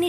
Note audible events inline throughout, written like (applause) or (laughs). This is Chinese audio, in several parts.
你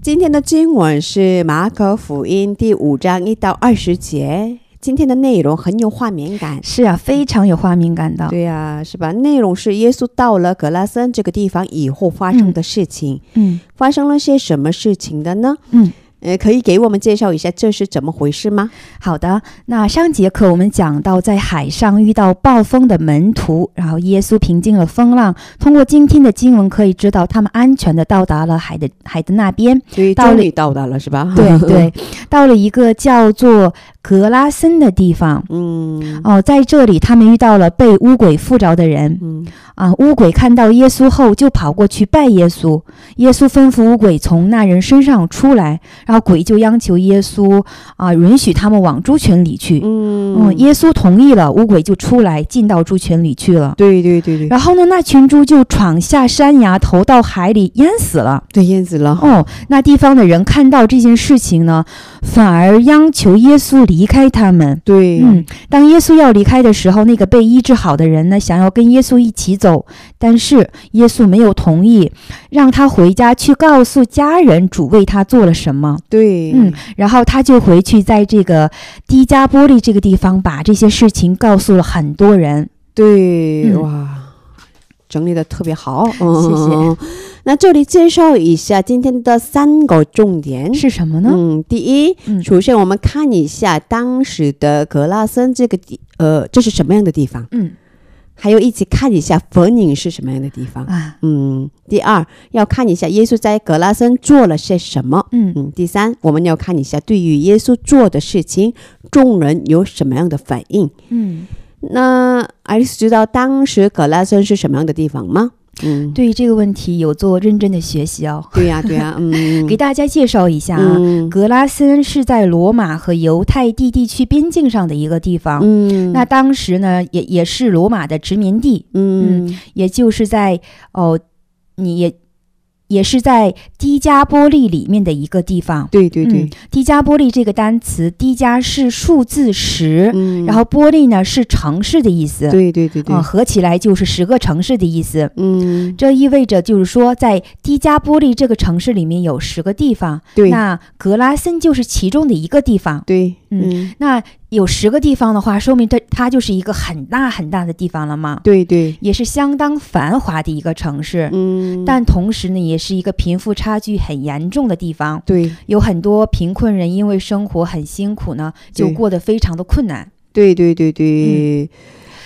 今天的经文是马可福音第五章一到二十节。今天的内容很有画面感，是啊，非常有画面感的。对呀、是吧？内容是耶稣到了格拉森这个地方以后发生的事情，嗯发生了些什么事情的呢？嗯，呃，可以给我们介绍一下这是怎么回事吗？好的，那上节课我们讲到，在海上遇到暴风的门徒，然后耶稣平静了风浪。通过今天的经文可以知道，他们安全的到达了海的海的那 (laughs) 边。对，到终了于到达了，是吧？对，对，到了一个叫做格拉森的地方。 (laughs) 嗯哦，在这里他们遇到了被巫鬼附着的人嗯，啊！巫鬼看到耶稣后就跑过去拜耶稣，耶稣吩咐巫鬼从那人身上出来，然后鬼就央求耶稣啊，允许他们往猪群里去。嗯，嗯，耶稣同意了，乌鬼就出来进到猪群里去了。对对对对，然后呢，那群猪就闯下山崖，投到海里淹死了。对燕子了，哦，那地方的人看到这件事情呢，反而央求耶稣离开他们。对，嗯，当耶稣要离开的时候，那个被医治好的人呢，想要跟耶稣一起走，但是耶稣没有同意，让他回家去告诉家人主为他做了什么。对，嗯，然后他就回去，在这个低加波利这个地方，把这些事情告诉了很多人。对，嗯哇，整理的特别 (laughs) 好，谢谢。那这里介绍一下今天的三个重点。是什么呢？嗯，第一，嗯首先我们看一下当时的格拉森这个地，呃，这是什么样的地方？嗯还有一起看一下佛宁是什么样的地方。啊嗯，第二要看一下耶稣在格拉森做了些什么。嗯嗯，第三我们要看一下对于耶稣做的事情，众人有什么样的反应。嗯，那 Alice 知道当时格拉森是什么样的地方吗？嗯，对于这个问题有做认真的学习哦。对呀、对呀、 (laughs) 嗯，给大家介绍一下啊，嗯格拉森是在罗马和犹太地地区边境上的一个地方。嗯，那当时呢，也也是罗马的殖民地，嗯也就是在哦，你也也是在低加波利里面的一个地方。对对对嗯，，低加波利这个单词，低加是数字十、嗯，然后波利呢是城市的意思，对对对对啊、，合起来就是十个城市的意思。嗯，这意味着就是说，在低加波利这个城市里面有十个地方，对那格拉森就是其中的一个地方。对，嗯嗯，那有十个地方的话，说明这它就是一个很大很大的地方了嘛，对对，也是相当繁华的一个城市。嗯，但同时呢，也是一个贫富差距很严重的地方。对有很多贫困人因为生活很辛苦呢，就对过得非常的困难。对对对嗯对。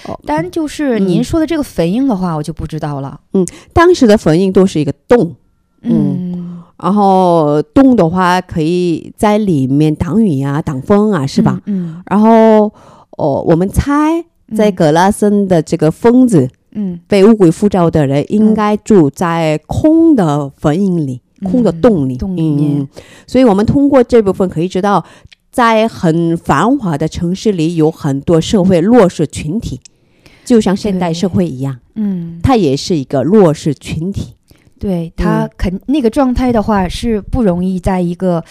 哦但就是嗯您说的这个坟茔的话，我就不知道了。当时的坟茔都是一个洞，嗯，然后洞的话可以在里面挡雨啊、挡风啊，是吧？？嗯，然后哦，我们猜嗯在格拉森的这个疯子，嗯被乌鬼附着的人应该住在空的坟茔里、嗯空的洞里。洞里面嗯，所以我们通过这部分可以知道，在很繁华的城市里，有很多社会弱势群体，就像现代社会一样，嗯，它也是一个弱势群体。嗯对他肯那个状态的话是不容易在一个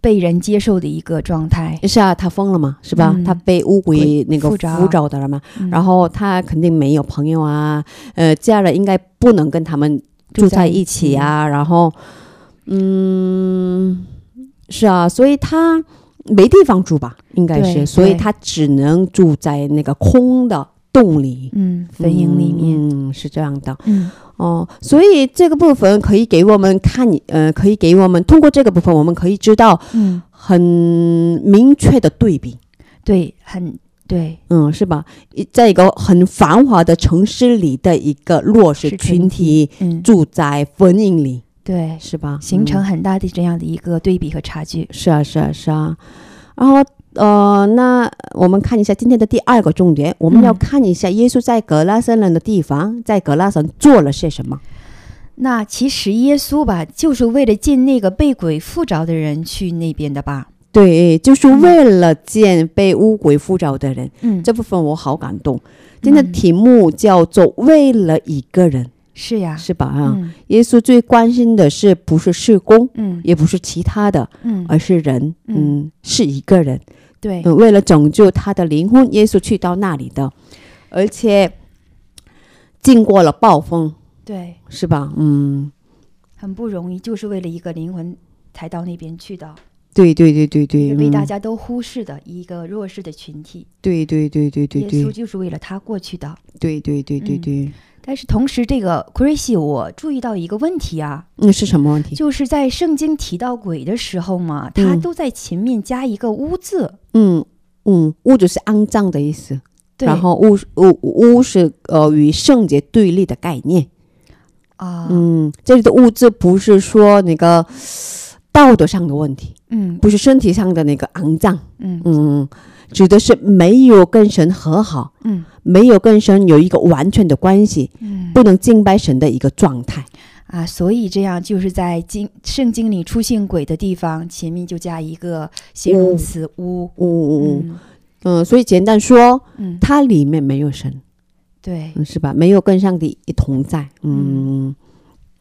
被人接受的一个状态。是啊，他疯了嘛，是吧？嗯他被乌鬼那个附着附着的了嘛，嗯然后他肯定没有朋友啊，呃，家人应该不能跟他们住在一起，啊，然后，嗯，是啊，所以他没地方住吧，应该对是，所以对他只能住在那个空的洞里，嗯，坟茔里面，嗯，是这样的嗯哦。所以这个部分可以给我们看，呃，可以给我们通过这个部分，我们可以知道嗯，很明确的对比。对，很对，嗯，是吧？一在一个很繁华的城市里的一个弱势是群群体嗯住在坟茔里，对，是吧？形嗯成很大的这样的一个对比和差距。是啊，是啊，是啊。然后，呃，那我们看一下今天的第二个重点，我们要嗯看一下耶稣在格拉森人的地方，在格拉森做了些什么。那其实耶稣吧，就是为了进那个被鬼附着的人去那边的吧？对，就是为了见被污鬼附着的人，嗯，这部分我好感动。今天嗯的题目叫做“为了一个人是”，呀，是吧？啊，嗯耶稣最关心的是不是事工，嗯也不是其他的，嗯，而是人，嗯嗯，是一个人。对，嗯，为了拯救他的灵魂，耶稣去到那里的，而且经过了暴风，对，是吧？嗯，很不容易，就是为了一个灵魂才到那边去的，对对对对对，被大嗯家都忽视的一个弱势的群体，对对对对对耶稣对就是为了他过去的。对对对对嗯对，但是同时，这个 Crazy 我注意到一个问题啊，那嗯是什么问题？就是在圣经提到鬼的时候嘛，他嗯都在前面加一个污字，嗯嗯，污就是肮脏的意思，对，然后污是污污是呃与圣洁对立的概念。啊，嗯，这里的物质不是说那个道德上的问题，嗯不是身体上的那个肮脏。嗯嗯，指的是没有跟神和好，嗯没有跟神有一个完全的关系，嗯不能敬拜神的一个状态。啊，所以这样就是在经圣经里出现鬼的地方，前面就加一个形容词污，呜呜呜，嗯嗯，所以简单说，嗯，它里面没有神，对，嗯是吧？没有跟上帝同在。嗯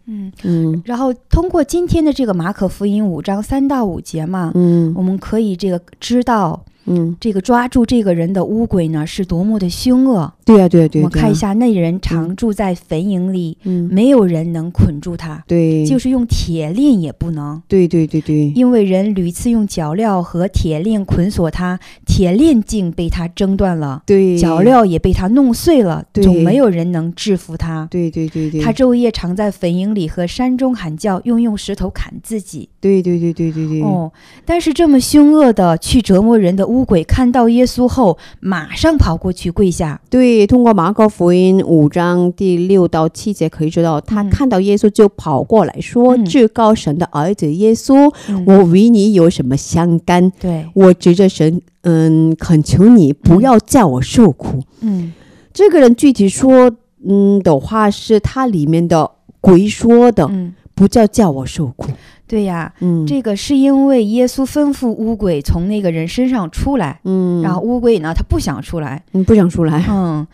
嗯。嗯然后通过今天的这个马可福音五章三到五节嘛，嗯我们可以这个知道嗯，这个抓住这个人的污鬼呢是多么的凶恶。对啊呀、对呀、对嗯呀、我们对看一呀，下，那人常住在坟茔里，嗯，没有人能捆住他，对，就是用铁链也不能，对对对对，因为人屡次用脚镣和铁链捆锁他，铁链竟被他挣断了，对脚，镣也被他弄碎了，对总没有人能制服他。对对对对，他昼夜常在坟茔里和山中喊叫，用用石头砍自己。对对对对对对，哦，但是这么凶恶的去折磨人的乌鬼，看到耶稣后，马上跑过去跪下。对，通过马可福音五章第六到七节可以知道，他嗯看到耶稣就跑过来说：“嗯至高神的儿子耶稣，嗯我与你有什么相干？对，我指着神，嗯，恳求你不要叫我受苦。嗯这个人具体说，嗯的话是他里面的鬼说的，嗯，不叫叫我受苦。对呀，嗯，这个是因为耶稣吩咐乌鬼从那个人身上出来，嗯，然后乌鬼呢，他不想 (laughs) 出来。你不想出来，嗯，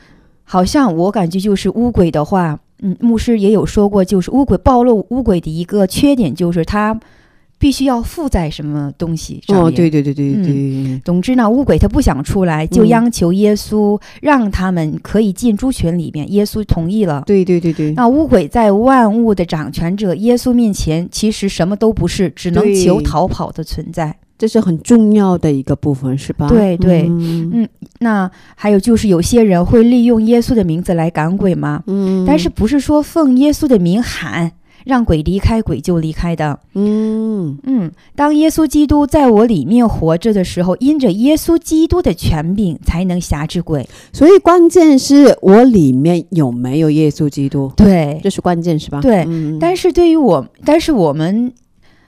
好像我感觉就是乌鬼的话，嗯，牧师也有说过，就是乌鬼暴露乌鬼的一个缺点就是他必须要附在什么东西上面。哦，对对对对嗯对，总之呢，乌鬼他不想出来，就嗯央求耶稣让他们可以进猪群里面。耶稣同意了。对对对对，那乌鬼在万物的掌权者耶稣面前，其实什么都不是，只能对求逃跑的存在。这是很重要的一个部分，是吧？对对嗯那还有就是，有些人会利用耶稣的名字来赶鬼嘛，嗯，但是不是说奉耶稣的名喊让鬼离开，鬼就离开的。嗯，嗯，当耶稣基督在我里面活着的时候，因着耶稣基督的权柄，才能辖制鬼。所以关键是我里面有没有耶稣基督，对，这是关键，是吧？对嗯、但是是对于我，但是我们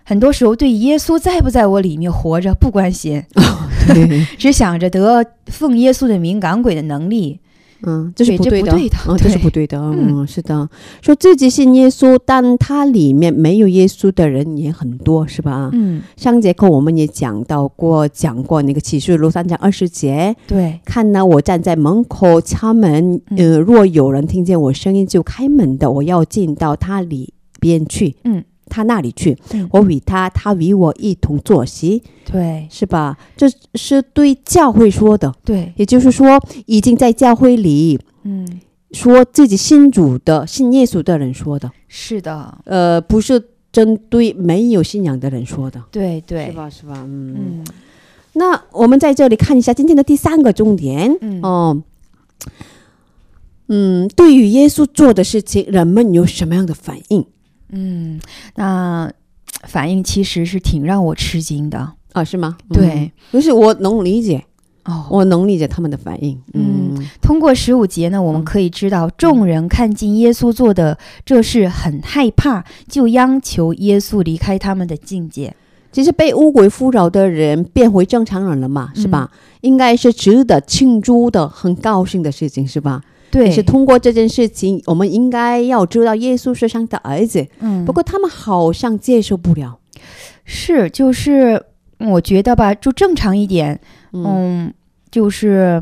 很多时候对耶稣在不在我里面活着不关心， (laughs) (laughs) 对，只想着得奉耶稣的名赶鬼的能力。嗯，这是对不这对不的，对的嗯，这对是不对的，嗯嗯，是的，说自己信耶稣，但他里面没有耶稣的人也很多，是吧？嗯，上节课我们也讲到过，讲过那个启示录三章二十节，对，看呢，我站在门口敲门，嗯呃，若有人听见我声音就开门的，我要进到他里边去，嗯，他那里去，嗯我与他，他与我一同坐席，对，是吧？这是对教会说的，对，也就是说，已经在教会里嗯，说自己信主的、信耶稣的人说的，是的，呃，不是针对没有信仰的人说的，对是对，吧？是吧？嗯，嗯那我们在这里看一下今天的第三个重点。嗯哦，嗯，对于耶稣做的事情，人们有什么样的反应嗯，那反应其实是挺让我吃惊的。啊？是吗？嗯，对，就是我能理解，哦，我能理解他们的反应。嗯，通过十五节呢，我们嗯可以知道，众人看见耶稣做的这事很害怕，就央求耶稣离开他们的境界。其实被污鬼附着的人变回正常人了嘛，是吧？应该是值得庆祝的、很高兴的事情，是吧？对，也是通过这件事情，我们应该要知道耶稣是上帝的儿子。嗯，不过他们好像接受不了。是就是我觉得吧，就正常一点，嗯嗯，就是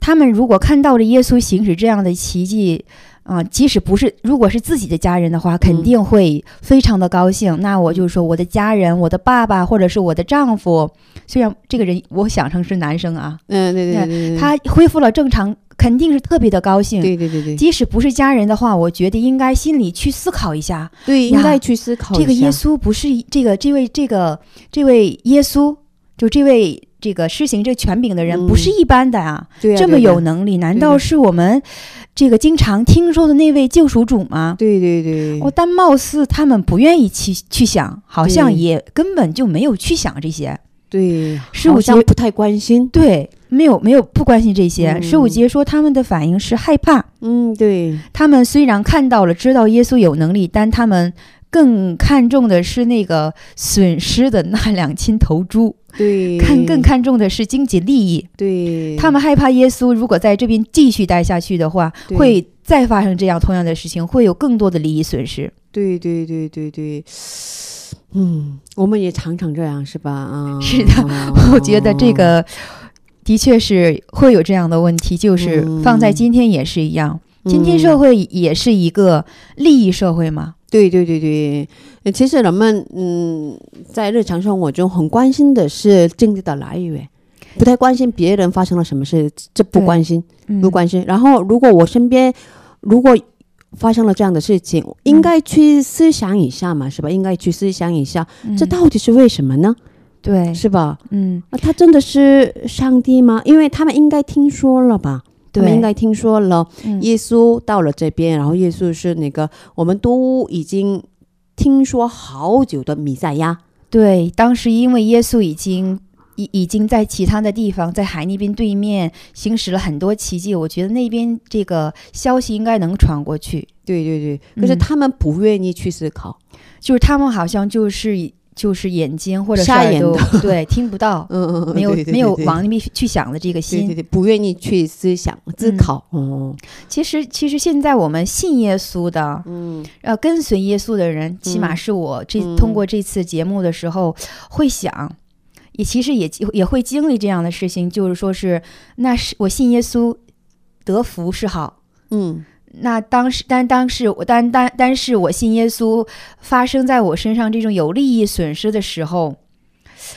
他们如果看到了耶稣行使这样的奇迹，啊、即使不是如果是自己的家人的话，嗯肯定会非常的高兴。那我就说我的家人，我的爸爸或者是我的丈夫，虽然这个人我想成是男生啊，嗯，对对对对，对他恢复了正常，肯定是特别的高兴。对对对对即使不是家人的话，我觉得应该心里去思考一下，对，应该去思考这个一下耶稣不是一这个这位这个这位耶稣，就这位这个施行这权柄的人，嗯不是一般的啊，对啊这么对啊有能力，难对道对是我们这个经常听说的那位救赎主吗？对对对，哦，但貌似他们不愿意去去想，好像对也根本就没有去想这些。对，十好五节像不太关心。对，没有没有不关心这些。嗯十五节说他们的反应是害怕，嗯，对，他们虽然看到了知道耶稣有能力，但他们更看重的是那个损失的那两千头猪，对，看更看重的是经济利益。对，他们害怕耶稣如果在这边继续待下去的话，对会再发生这样同样的事情，会有更多的利益损失。对对对对对，嗯，我们也常常这样，是吧？啊、(laughs) 是的哦 (laughs) 我觉得这个。的确是会有这样的问题，就是放在嗯今天也是一样。今天社会、会也是一个利益社会嘛，对对对对，呃其实人们嗯，在日常生活中很关心的是经济的来源。不太关心别人发生了什么事，这不对关心，嗯不关心。然后，如果我身边如果发生了这样的事情，应该去思想一下嘛，是吧？应该去思想一下，这嗯到底是为什么呢？对，是吧？嗯，啊，他真的是上帝吗？因为他们应该听说了吧？他对，们应该听说了，嗯耶稣到了这边，然后耶稣是那个我们都已经听说好久的弥赛亚。对，当时因为耶稣已经已已经在其他的地方，在海那边对面行使了很多奇迹，我觉得那边这个消息应该能传过去。对对对，可是嗯他们不愿意去思考。就是他们好像就是就是眼睛或者是瞎耳眼朵， (laughs) (laughs) 对，听不到，嗯嗯嗯，没有 (laughs) 对对没有对对往那边去想的这个对对心。对，不愿意去思想思嗯考。哦，其实其实现在我们信耶稣的，嗯，呃，跟随耶稣的人，起码嗯是我这、嗯通过这次节目的时候会想，也其实也也会经历这样的事情，就是说是那是我信耶稣得福是好，嗯，那当时但当时我但但但是我信耶稣发生在我身上这种有利益损失的时候，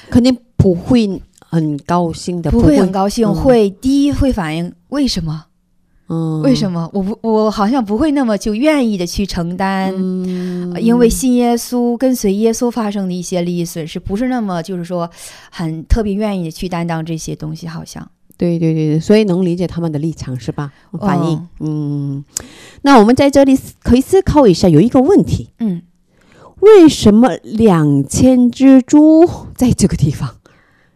肯定不会很高兴的，不会会很，高兴，嗯会第一会反应为什么？嗯，为什么我不我好像不会那么就愿意的去承担。嗯？呃因为信耶稣、跟随耶稣发生的一些利益损失，不是那么就是说很特别愿意去担当这些东西，好像对对对，对所以能理解他们的立场是吧？反应，哦嗯，那我们在这里思可以思考一下，有一个问题：嗯，为什么两千只猪在这个地 (laughs) 方？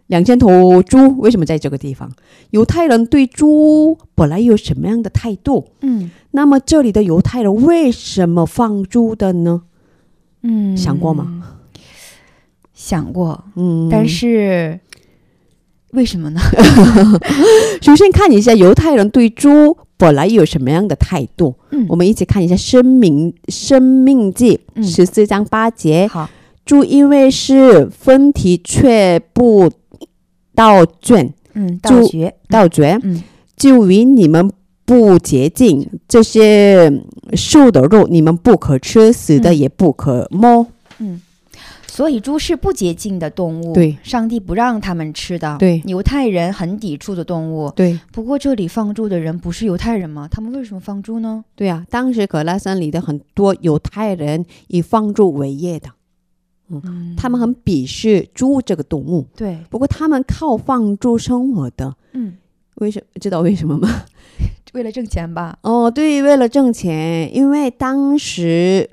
两千头猪为什么在这个地方？犹太人对猪本来有什么样的态度？嗯那么这里的犹太人为什么放猪的呢？嗯，想过吗？想过，嗯，但是、为什么呢？首先看一下犹太人对猪本来有什么样的态度。嗯我们一起看一下《生命生命记嗯》十四章八节，好，猪因为是分体却不倒卷嗯，就道学，倒卷，嗯就与你们不洁净，这些瘦的肉你们不可吃，死的嗯也不可摸。嗯，所以猪是不洁净的动物，对，上帝不让他们吃的，对犹太人很抵触的动物。对不过这里放猪的人不是犹太人吗？他们为什么放猪呢？对啊，当时格拉森里的很多犹太人以放猪为业的，嗯，他们很鄙视猪这个动物。对，不过他们靠放猪生活的，嗯，为什知道为什么吗？为了挣钱吧，哦，对，为了挣钱，因为当时，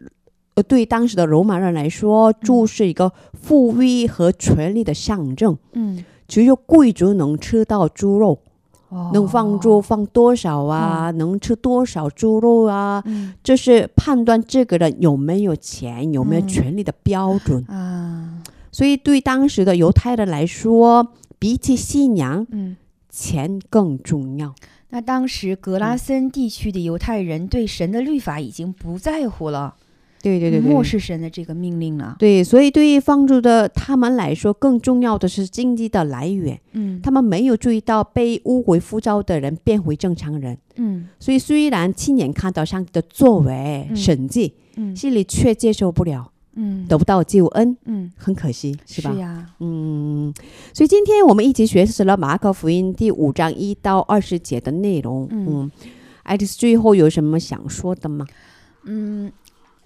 呃，对当时的罗马人来说，猪是一个富裕和权力的象征。嗯，只有贵族能吃到猪肉，哦能放猪，放多少啊？能吃多少猪肉啊？嗯这是判断这个人有没有钱、有没有嗯权利的标准。啊，所以，对当时的犹太人来说，比起信仰，嗯。钱更重要。那当时格拉森地区的犹太人对神的律法已经不在乎了，对对对对，漠视神的这个命令了。对，所以对于放逐的他们来说，更重要的是经济的来源。嗯，他们没有注意到被污鬼附着的人变回正常人，嗯所以虽然亲眼看到上帝的作为、嗯神迹，嗯心里却接受不了，嗯得不到救恩，嗯，很可惜，是吧？呀，嗯，所以今天我们一起学习了马可福音第五章一到二十节的内容。嗯嗯，爱丽丝最后有什么想说的吗？嗯，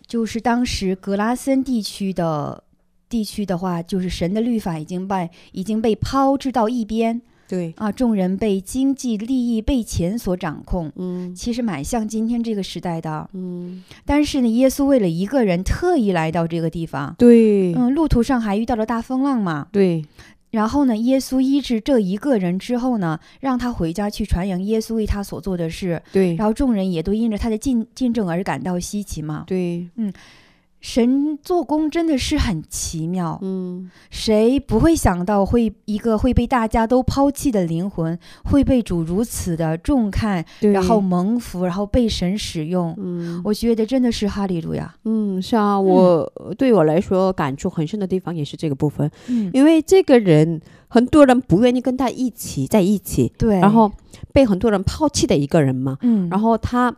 就是当时格拉森地区的地区的话，就是神的律法已经被已经被抛掷到一边对，啊，众人被经济利益被钱所掌控。嗯其实蛮像今天这个时代的，嗯，但是呢，耶稣为了一个人特意来到这个地方，对嗯，路途上还遇到了大风浪嘛。对，然后呢，耶稣医治这一个人之后呢，让他回家去传扬耶稣为他所做的事，对然后众人也都因着他的见见证而感到稀奇嘛。对，神做工真的是很奇妙，嗯谁不会想到会一个会被大家都抛弃的灵魂会被主如此的重看，对，然后蒙福，然后被神使用。嗯我觉得真的是哈利路亚。嗯，是啊，我、对我来说感触很深的地方也是这个部分，嗯，因为这个人很多人不愿意跟他一起在一起，对。然，后被很多人抛弃的一个人嘛，嗯，然后，后他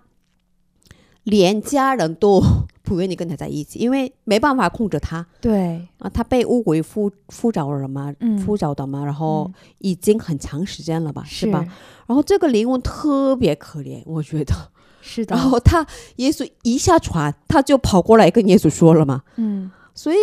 连家人都 (laughs) 不愿意跟他在一起，因为没办法控制他对，啊，他被乌鬼附附着了嘛，嗯，附着的嘛，然后嗯已经很长时间了吧，是吧？？然后这个灵魂特别可怜，我觉得。是的然。后他耶稣一下船，他就跑过来跟耶稣说了嘛，嗯，所以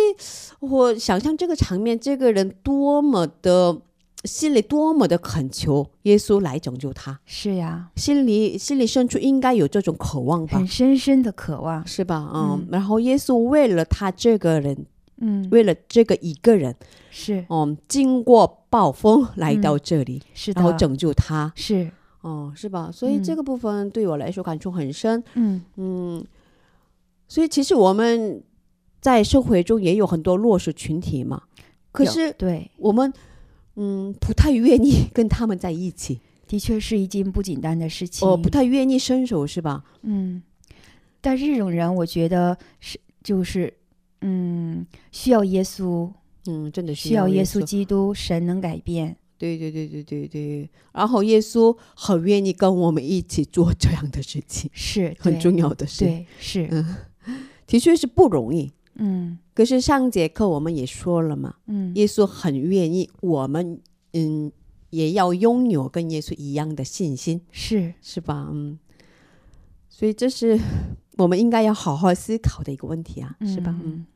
我想象这个场面，这个人多么的。心里多么的恳求耶稣来拯救他，是呀，心里心里深处应该有这种渴望吧很？深深的渴望。是吧？嗯嗯，然后耶稣为了他这个人，嗯，为了这个一个人，是嗯，经过暴风来到这里，嗯是的，然后拯救他，是哦、是吧？所以嗯这个部分对我来说感触很深，嗯嗯，所以其实我们在社会中也有很多弱势群体嘛，可有是对，我们。嗯，不太愿意 (laughs) 跟他们在一起，的确是一件不简单的事情。我、哦不太愿意伸手，是吧？嗯，但是这种人，我觉得是就是嗯，需要耶稣，嗯，真的是需要耶稣稣基督，神能改变。对对对对对对，然后耶稣很愿意跟我们一起做这样的事情，是很对重要的事，对，是嗯的确是不容易。嗯可是上节课我们也说了嘛，嗯，耶稣很愿意我们，嗯，也要拥有跟耶稣一样的信心，是是吧？嗯，所以这是我们应该要好好思考的一个问题啊，是吧？嗯。嗯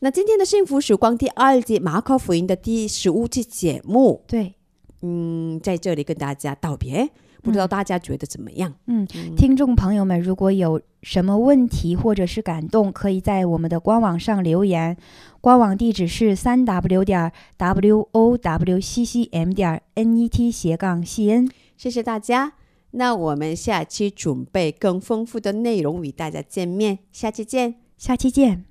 那今天的幸福时光第二季马可福音的第十五期节目，对，嗯，在这里跟大家道别，不知道大家觉得怎么样？嗯，听众朋友们，如果有什么问题或者是感动，可以在我们的官网上留言。官网地址是三 w 点 w o w c c m 点 n e t 斜杠 c n。谢谢大家。那我们下期准备更丰富的内容与大家见面，下期见。下期见。